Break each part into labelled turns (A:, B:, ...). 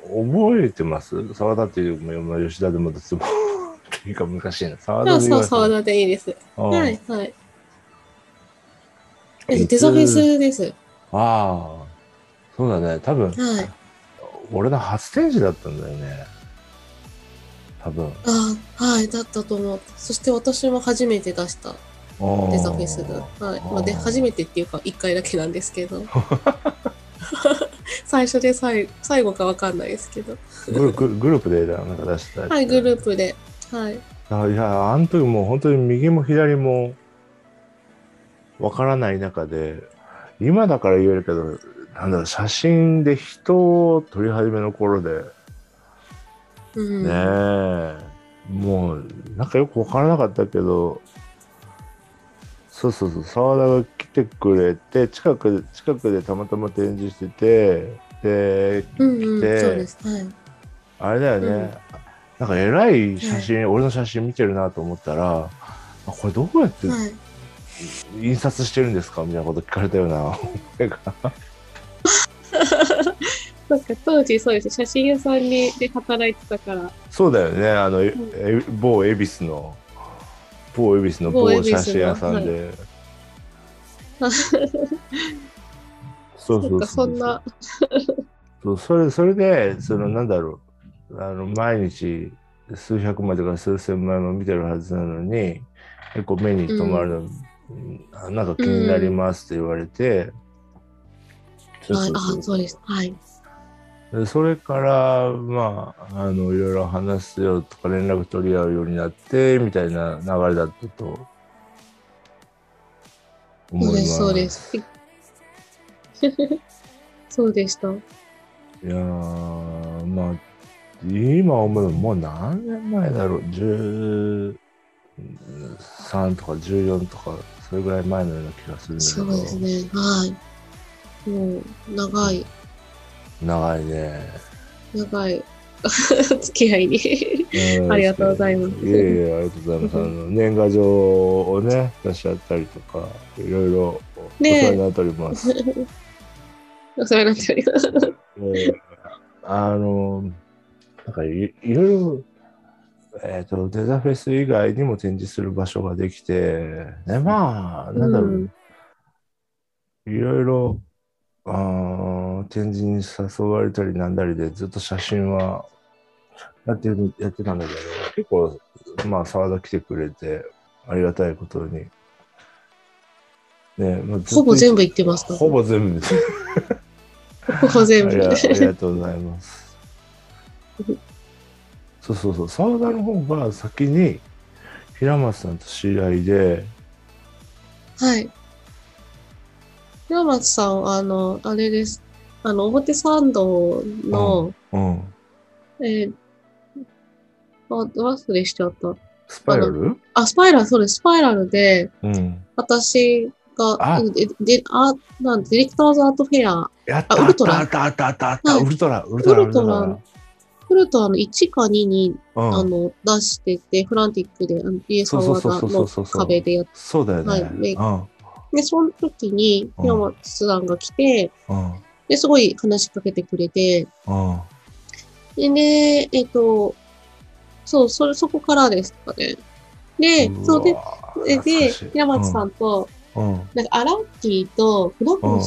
A: 覚えてます沢田っていうも読む吉田でも私も っていうか難しいな。沢
B: そ
A: 田
B: う
A: で
B: そう、
A: そ
B: そううだっていいです。は。い、はい。え
A: いつ
B: デザフェスです。
A: ああ、そうだね。多分、
B: はい。
A: 俺の初展示だったんだよね。多分。
B: あはい、だったと思う。そして私も初めて出したデ
A: デ
B: ザフェスが。はい。まあ、で、
A: あー
B: 初めてっていうか、1回だけなんです けど。最初で最後最後かわかんないですけど。
A: グルグルグループでなんか出したやつ
B: はい、グループで。はい。
A: あいやあの時もう本当に右も左もわからない中で今だから言えるけどなんだろう写真で人を撮り始めの頃で
B: うん。
A: ねえ、もうなんかよくわからなかったけどそうそうそう澤田が来てくれて近く近くでたまたま展示しててで
B: うんうん、
A: で
B: そうです。はい。
A: あれだよね、
B: うん
A: なんか偉い写真、俺の写真見てるなと思ったらあこれどうやって
B: はい。
A: 印刷してるんですかみたいなこと聞かれたような
B: なんか当時そうです。写真屋さんにで働いてたから。
A: そうだよねあの、え某恵比寿の某恵比寿の
B: 某
A: 某
B: 恵比寿の
A: 写真屋さんで、
B: はい
A: そう
B: な
A: そ
B: ん
A: う
B: かそんな。
A: そうそれそれでそのなんだろうあの毎日数百枚とか数千枚も見てるはずなのに結構目に留まるの、あなんか気になりますって言われて、そう
B: はい
A: そうそう
B: あ、そうです。はい。
A: でそれからまああのいろいろ話すよとか連絡取り合うようになってみたいな流れだったと思
B: そ
A: いうま
B: ですす、そうです。 そうでした。
A: いやーまあ今思うのもう何年前だろう13とか14とかそれぐらい前のような気がするんだけ
B: そ
A: ど
B: うですね。はい。もう、長い、
A: 長いね。
B: 長い 付き合いに。
A: うん
B: ありがとうございます
A: いえいえ、ありがとうございます。あの年賀状をね、出し合ったりとか、いろいろお
B: ねえ
A: 世話になっております。
B: お世話になっております。
A: ええあの、なんかいいろいろ、えっ、と、デザフェス以外にも展示する場所ができて、ね、まあ、なんだろう、いろいろ、あー展示に誘われたりなんだりで、ずっと写真はやってるやってたんだけど、結構、まあ、沢田来てくれて、ありがたいことに。ね、まあ、ずっと
B: ほぼ全部行ってますか
A: ほぼ全部です。
B: ほぼ全部。
A: ありがあり
B: は
A: がとうございます。そうそうそう、沢田の方が先に平松さんと知り合いで、
B: い。平松さんは、あの、あれです。あの、表参道の、
A: うん、
B: えー、あ、忘れしちゃった。
A: スパイラル
B: あ、スパイラル、そうです。スパイラルで、
A: うん。
B: 私が、
A: あ
B: うんで、で、あ、なんディレクターズアートフェア、
A: やった
B: あウルトラ
A: あったあったあったあった、
B: はい
A: ウルトラ、ウルトラ、
B: ウルトラフルとあの、1か2に、
A: うん
B: あの、出してて、フランティックで、あの、ピエサワ
A: そうそうそうそう
B: の
A: そうそう
B: 壁でやっ
A: そうだよね。
B: はいでて、その時に、
A: うん
B: 平松さんが来て、
A: うん、うん、
B: で、すごい話しかけてくれて、
A: うん。
B: で、ね、えっと、そう、それ、そこからですかね。で、そうで、で、で平松さ
A: ん。
B: んと、
A: うん、うん
B: なんか、アラッキーと、フラ
A: うん
B: ッ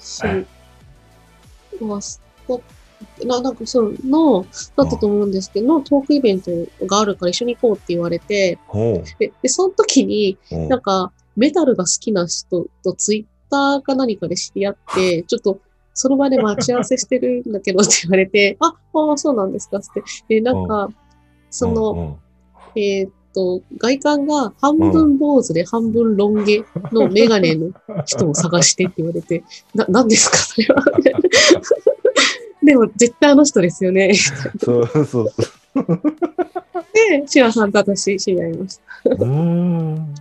B: シュななんかそうの、だったと思うんですけど、のトークイベントがあるから一緒に行こうって言われて、
A: ほう
B: で、でその時に、
A: ほう
B: なんか、メタルが好きな人とツイッターか何かで知り合って、ちょっと、その場で待ち合わせしてるんだけどって言われて、あ、ああ、そうなんですかつって。で、なんか、その、
A: うん
B: えーっと、外観が半分坊主で半分ロン毛のメガネの人を探してって言われて、 な、何ですかそれは。 でも、絶対あの人ですよね。
A: そうそうそう。
B: で、シアさんと私知り合いました。
A: うーん。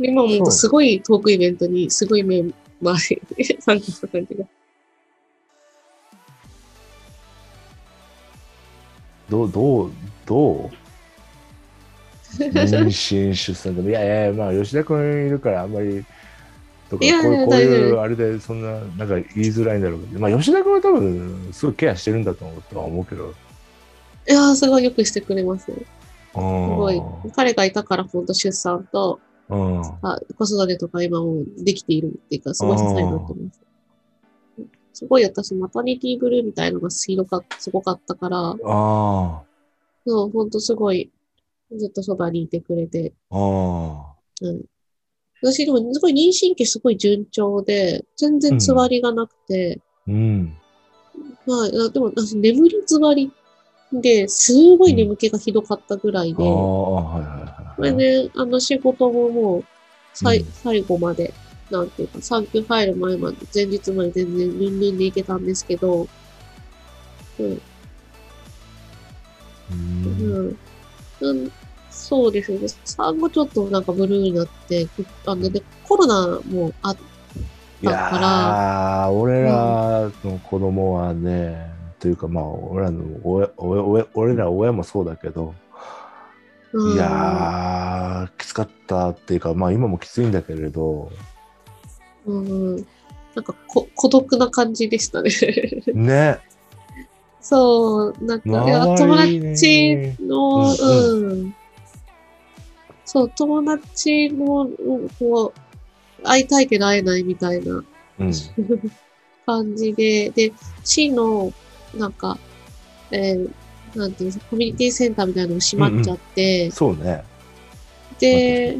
B: で今もうすごいトークイベントにすごいメンバーで 参加した感じが。
A: どう、どう、どう妊娠、出産でも、いやいや、まあ、吉田君いるから、あんまりとか、こう
B: いやいや
A: いうこうい
B: 大
A: う
B: 丈
A: あれで、そんな、なんか言いづらいんだろうけど、まあ、吉田君は多分、すごいケアしてるんだと思うとは思うけど、
B: いやー、すごいよくしてくれます。す
A: す
B: ごい。彼がいたから、本当出産と、
A: うん、
B: あ子育てとか今もうできているっていうか、すごい支えになってます。すごい私、マタニティブルーみたいのがすごかすごかったから、
A: あ
B: そう、ほんとすごい、ずっとそばにいてくれて、
A: あ、あ
B: うん。私、でも、すごい妊娠期すごい順調で、全然つわりがなくて、
A: ーうん、
B: まあ、あでも、私、眠りつわりで、すごい眠気がひどかったぐらい
A: あ
B: で、
A: あ、
B: こ
A: はいはいはい。
B: れね、あの仕事ももう、さい
A: うん
B: 最後まで、なんていうか、産休入る前まで、前日まで全然ルンルンでいけたんですけど、うん、
A: う、
B: うんん。うん、そうですね。産後ちょっとなんかブルーになって、くあの、で、コロナもあっ
A: いやー、俺らの子供はね、というか、まあ、俺らの親親親俺ら親もそうだけど、
B: うん
A: いやー、きつかったっていうか、まあ、今もきついんだけれ ど、
B: うん。なんかこ、孤独な感じでしたね。
A: ね、
B: そう、なんか、いや友
A: 周り
B: 達
A: う
B: の、うん。そう、友達の、うんこう、会いたいけど会えないみたいな
A: うん、
B: 感じで、で、市の、なんか、えーなんていうんですか、コミュニティセンターみたいなのも閉まっちゃって、
A: そうね。
B: で、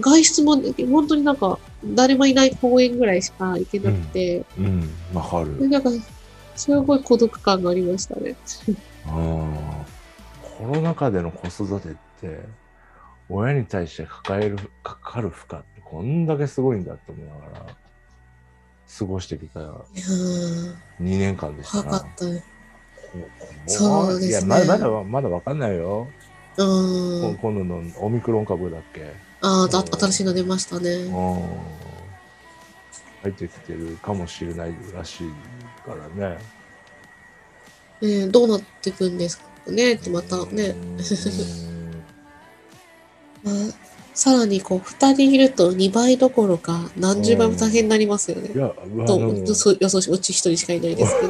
B: 外出も、本当になんか、誰もいない公園ぐらいしか行けなくて、
A: うん、わかる。
B: でなんか、すごい孤独感がありましたね。
A: あーコロナ禍での子育てって親に対して抱えるかかる負荷ってこんだけすごいんだって思いながら過ごしてきた2
B: いやー、
A: 年間でした
B: 怖か
A: な
B: っ。たね。そう
A: い
B: で
A: や
B: すね
A: まだまだまだわかんないよ、
B: う
A: こ
B: ーん。
A: 今度のオミクロン株だっけ、
B: ああ、だ新しいの出ました
A: うん
B: ね。、
A: 入ってきてるかもしれないらしいから ね。
B: えーどうなっていくんですかねって、またね。
A: うん
B: まあさらにこう、二人いると2倍どころか何十倍も大変になりますよね
A: い。や、あの
B: と予想予想し、うち一人しかいないですけ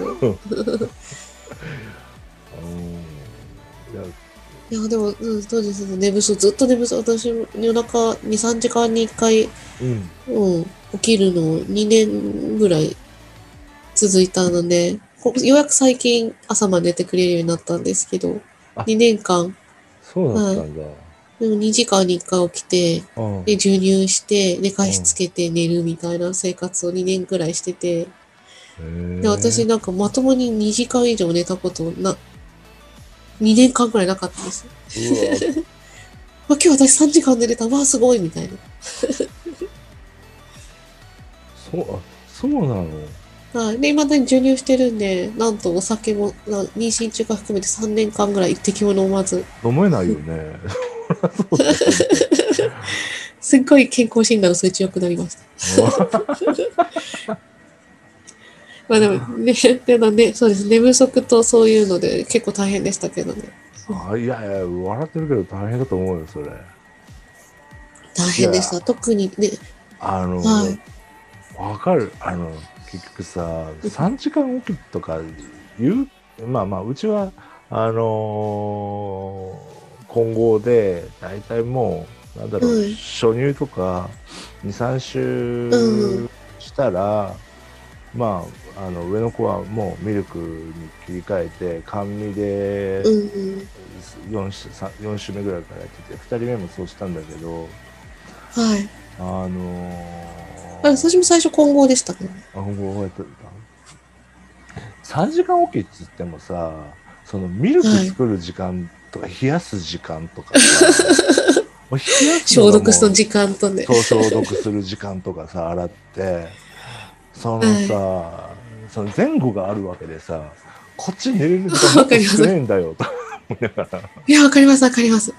B: ど。
A: うんいや
B: いや、でも、うん、そうですね。寝不足、ずっと寝不足。私も夜中2、3時間に1回、
A: うん
B: うん、起きるの2年ぐらい続いたので、こようやく最近朝まで寝てくれるようになったんですけど、
A: あ
B: 2年間、
A: そうだったんだ。
B: でも2時間に1回起きて、
A: うん
B: で、授乳して、で、加湿つけて寝るみたいな生活を2年くらいしてて、
A: へえ
B: で、私なんかまともに2時間以上寝たことな、2年間くらいなかったです。
A: うわ
B: まあ、今日私3時間寝れた、わあ、すごいみたいな。
A: そうあそうなの
B: はい。で、未だに授乳してるんで、なんとお酒も、な妊娠中から含めて3年間ぐらい一滴も飲まず、
A: 飲めないよ ね。 そうだよ
B: すっごい健康診断の数値良くなりました。
A: ね
B: まあでも、ね、でもね、そうです。寝不足とそういうので結構大変でしたけどね。
A: あいやいや笑ってるけど大変だと思うよそれ。
B: 大変でし
A: い
B: た。特にね、
A: あの
B: はい
A: わ、かるあの結局さ3時間起きとか言うまあまあうちはあのー混合で大体もうなんだろう、
B: うん
A: 初乳とか23
B: う
A: 週したら、まああの上の子はもうミルクに切り替えて甘味で
B: うん、
A: 4週さ4週目ぐらいからやってて2人目もそうしたんだけど
B: はい。
A: あのー
B: あ私も最初混合でしたけどね。
A: あ、ほんと覚えてた。3時間おきっつってもさ、そのミルク作る時間とか、冷やす時間とかさ、もう冷やすの
B: 消
A: がもう
B: 毒の時間とね。
A: そう消毒する時間とかさ、洗って、そのさ、その前後があるわけでさ、こっち寝れる時間もっ
B: わか
A: と
B: ります
A: 少ないんだよと思いながら。
B: いや、わかります、わかります。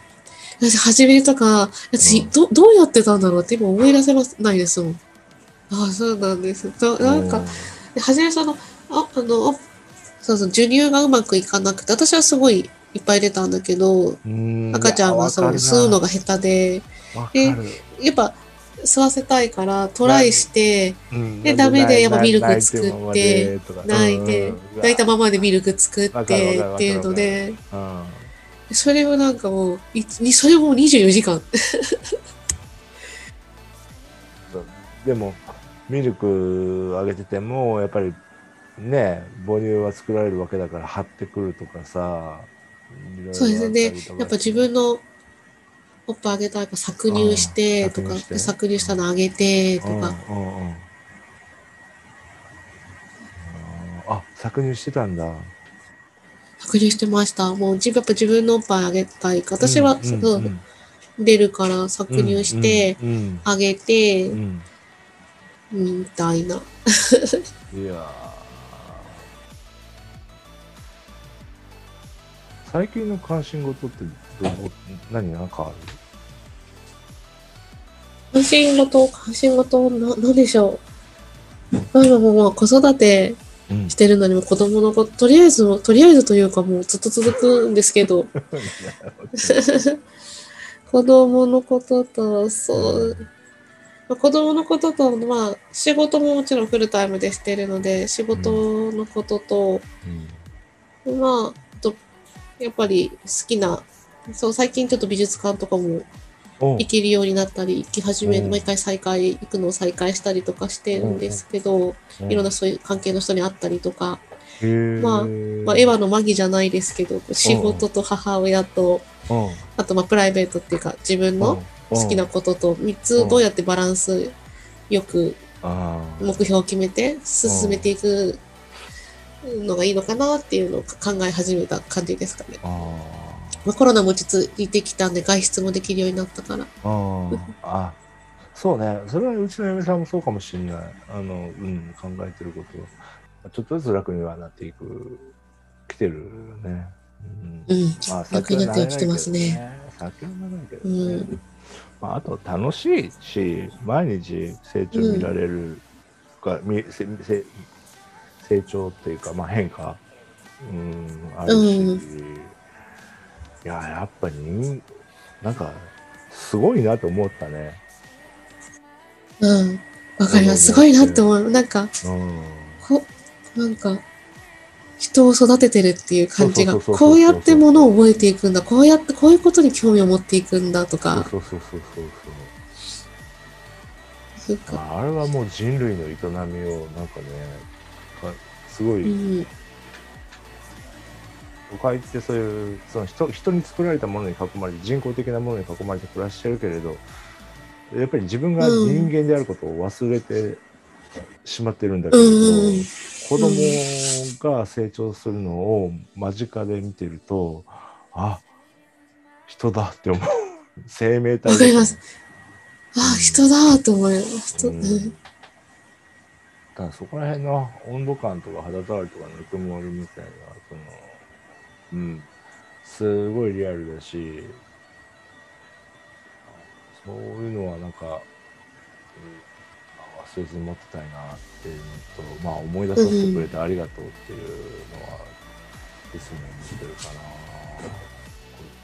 B: 私、初めとか、私、
A: うん
B: ど、どうやってたんだろうって今思い出せます、ないですもん。ああ、そうなんです。となんか、初めその、あ、あの、そうそう、授乳がうまくいかなくて、私はすごいいっぱい出たんだけど、
A: うん、
B: 赤ちゃんはそう、吸うのが下手で、
A: 手
B: やっぱ、吸わせたいからトライして、
A: うん
B: で
A: なん
B: ダメでやっぱ
A: 泣い
B: ミルク作
A: 泣いてるまま
B: って
A: でとか
B: 泣いて
A: うん
B: 泣いたままでミルク作って
A: わ
B: っ
A: かるわかるわかる
B: ていうので、
A: うん
B: それをなんかもう、いにそれも24時間。
A: そうでもミルクあげててもやっぱりね母乳は作られるわけだから張ってくるとかさいろいろ
B: そうですね
A: あたりとか
B: やっぱ自分のおっぱいあげたらやっぱ搾乳してと
A: うん搾
B: か、
A: 乳して
B: で搾乳したのあげてとか、
A: うんうんうんうんあ搾乳してたんだ
B: 搾乳してました。もう自分やっぱ自分のおっぱいあげたいから私は
A: うん
B: そ
A: うんう
B: うん出るから搾乳して、
A: うん
B: あげて、
A: うんうん
B: みたいな。
A: いやー最近の関心事ってどう何なんかある
B: 関心事、関心事、な、なんでしょう。まあ今もう子育て
A: うん
B: してるのにも子供のこと、とりあえずも、とりあえずというかもうずっと続くんですけど、子供のことと、そう、まあ子供のことと、まあ、仕事ももちろんフルタイムでしてるので、仕事のことと、
A: うん
B: まあ、あと、やっぱり好きな、そう、最近ちょっと美術館とかも
A: お
B: 行けるようになったり、行き始め、
A: うん
B: 毎回再開、行くのを再開したりとかしてるんですけど、いろんなそういう関係の人に会ったりとか、
A: うん
B: まあ
A: へー
B: まあ、エヴァのマギじゃないですけど、仕事と母親と、
A: うんうん
B: あとまあプライベートっていうか、自分の好きなことと3つどうやってバランスよく
A: あー
B: 目標を決めて進めていくのがいいのかなっていうのを考え始めた感じですかね。
A: あ
B: まあ、コロナも落ち着いてきたんで外出もできるようになったから。
A: ーあーあそうねそれはうちの嫁さんもそうかもしれないあの、うん、考えてることちょっとずつ楽にはなっていく来てるね、うん
B: うん。
A: まあ、
B: 楽になってきてますね。
A: 酒は長いけどね。酒は長いけどね
B: う
A: まあ、あと楽しいし、毎日成長見られるか、みせせ成長っていうか、まあ、変化、うん、あるし、
B: うん
A: いや、やっぱ人、なんか、すごいなと思ったね。
B: うん。わかります。すごいなって思う。なんか、
A: うん。
B: こなんか、人を育ててるっていう感じが、
A: そうそうそうそう
B: こうやってものを覚えていくんだ、こうやって、こういうことに興味を持っていくんだ
A: そ
B: と
A: う
B: か、
A: そうそうそうそう
B: なん
A: そう。
B: か、
A: まあ、あれはもう人類の営みを、なんかね、かすごい、
B: うん、
A: 都会ってそういうその人人に作られたものに囲まれて人工的なものに囲まれて暮らしてるけれどやっぱり自分が
B: う
A: 人
B: ん
A: 間であることを忘れてしまってるんだけれど、
B: うん
A: 子供が成長するのを間近で見てるとあ人だって思う生命体だ
B: わかりますああ、人だと思います。人
A: うん
B: うん
A: だからそこら辺の温度感とか肌触りとかぬくもりみたいなそのうんすごいリアルだしそういうのはなんか、うん、あ忘れず持ってたいなっていうのとまあ思い出させてくれてありがとうっていうのはいつも思ってるかな。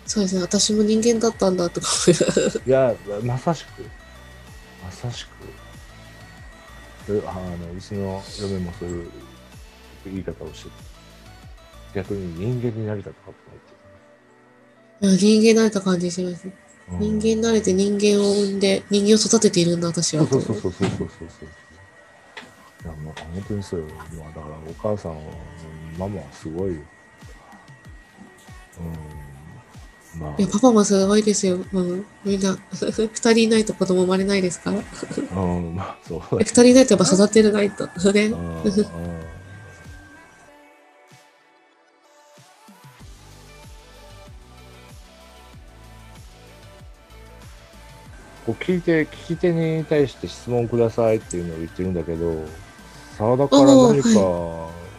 B: そうですね、私も人間だったんだとか思います。
A: いや、まさしく。まさしく。うあの、うちの嫁もそういう言い方をしてた逆に人間になれたとかって
B: うん 人間慣れた感じします。
A: 思って。
B: 人間慣れて人間を産んで、人間を育てているんだ、私
A: う
B: は
A: んそ
B: と
A: う
B: 思
A: そう
B: う。
A: そうそうそうそうそう。いや、もう本当にそうよ。まあ、だからお母さんは、ママはすごいよ。うん。まあ
B: いや、パパもすごいですよ。うん、みんな、 二人いないと子供生まれないですから。
A: うん、まあ、そうだ
B: 二人いないとやっぱ育てれないと。ね。
A: こう聞いて聞き手に対して質問くださいっていうのを言ってるんだけど澤田から何か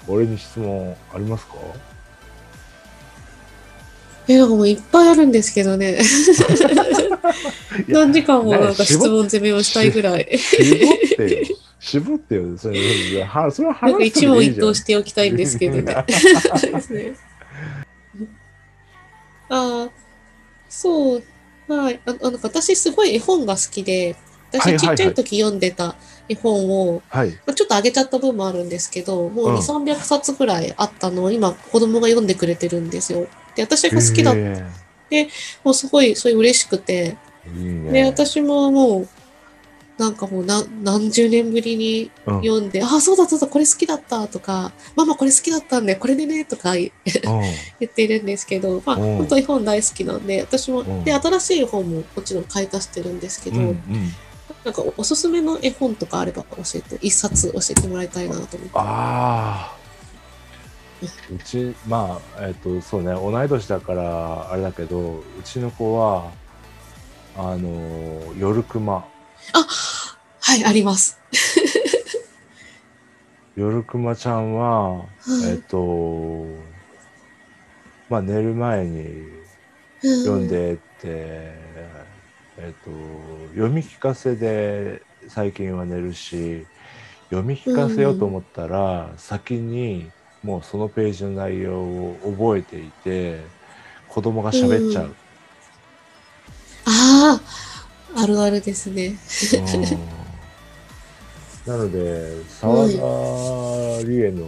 A: 俺に質問ありますか、
B: え、なんかもういっぱいあるんですけ どね。
A: いや
B: 何時間もなん
A: ね
B: か質問攻めをしたい ぐらい。
A: 絞ってよ絞ってよそれはそれは
B: なんか
A: 話して
B: 一
A: も
B: 問
A: いい
B: 一
A: じゃん
B: 答しておきたいんですけどね。ですね。ああ、そう、はい。ああなんか私すごい絵本が好きで、
A: はいはい
B: 私、ち
A: は
B: っ
A: い
B: ちゃい時読んでた絵本を、
A: はい。
B: まあちょっと上げちゃった分もあるんですけど、もう2、
A: うん
B: 300冊ぐらいあったのを今、子供が読んでくれてるんですよ。で、私が好きだ、
A: え
B: もうすごい、それ嬉しくて、
A: えいいね。
B: で、私ももう、なんかもう何何十年ぶりに
A: うん、
B: 読んで、あ、そうだそうだ、これ好きだったとか、ママこれ好きだったんで、これでね、とか言
A: う
B: 言ってるんですけど、まあ、
A: うん
B: 本当絵本大好きなんで、私も、
A: うん
B: で、新しい本ももちろん買い足してるんですけど、
A: ん。うんうん
B: なんかおおすすめの絵本とかあれば教えて、一冊教えてもらいたいなと思って。
A: ああ。うち、まあ、えっ、と、そうね、同い年だから、あれだけど、うちの子は、あのー、夜熊。
B: はい、あります。
A: 夜熊ちゃんは、
B: はい
A: えっ、と、まあ、寝る前に読んでって、えっ、と、読み聞かせで最近は寝るし、読み聞かせようと思ったら、先にもうそのページの内容を覚えていて、子供が喋っちゃう。
B: ああ、あるあるですね。
A: うんなので、沢田理恵の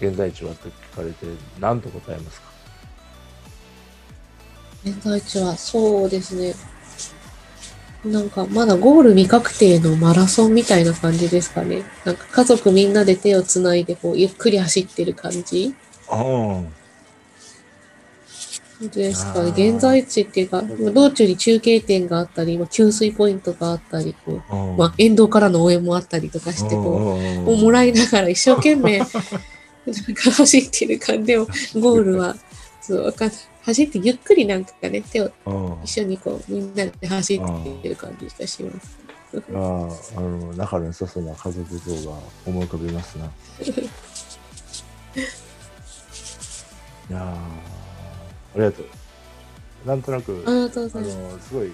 A: 現在地はって聞かれて、何と答えますか
B: 現在地は、そうですね。なんか、まだゴール未確定のマラソンみたいな感じですかね。なんか、家族みんなで手をつないで、こう、ゆっくり走ってる感じ
A: うん。
B: ですか
A: あ
B: ね。
A: ー
B: 現在地っていうか、まあ道中に中継点があったり、まあ給水ポイントがあったり、こう、まあ、沿道からの応援もあったりとかして、こう、
A: うん
B: をもらいながら一生懸命 なんか走ってる感じでもゴールはそうわかんない走ってゆっくりなんかね手を
A: うん
B: 一緒にこうみんなで走ってる感じがします。
A: あーあの仲の良さそうな家族像が思い浮かびますな。いやーありがとう。なんとなく、
B: ありがとうご
A: あ
B: ざいます。
A: のすごい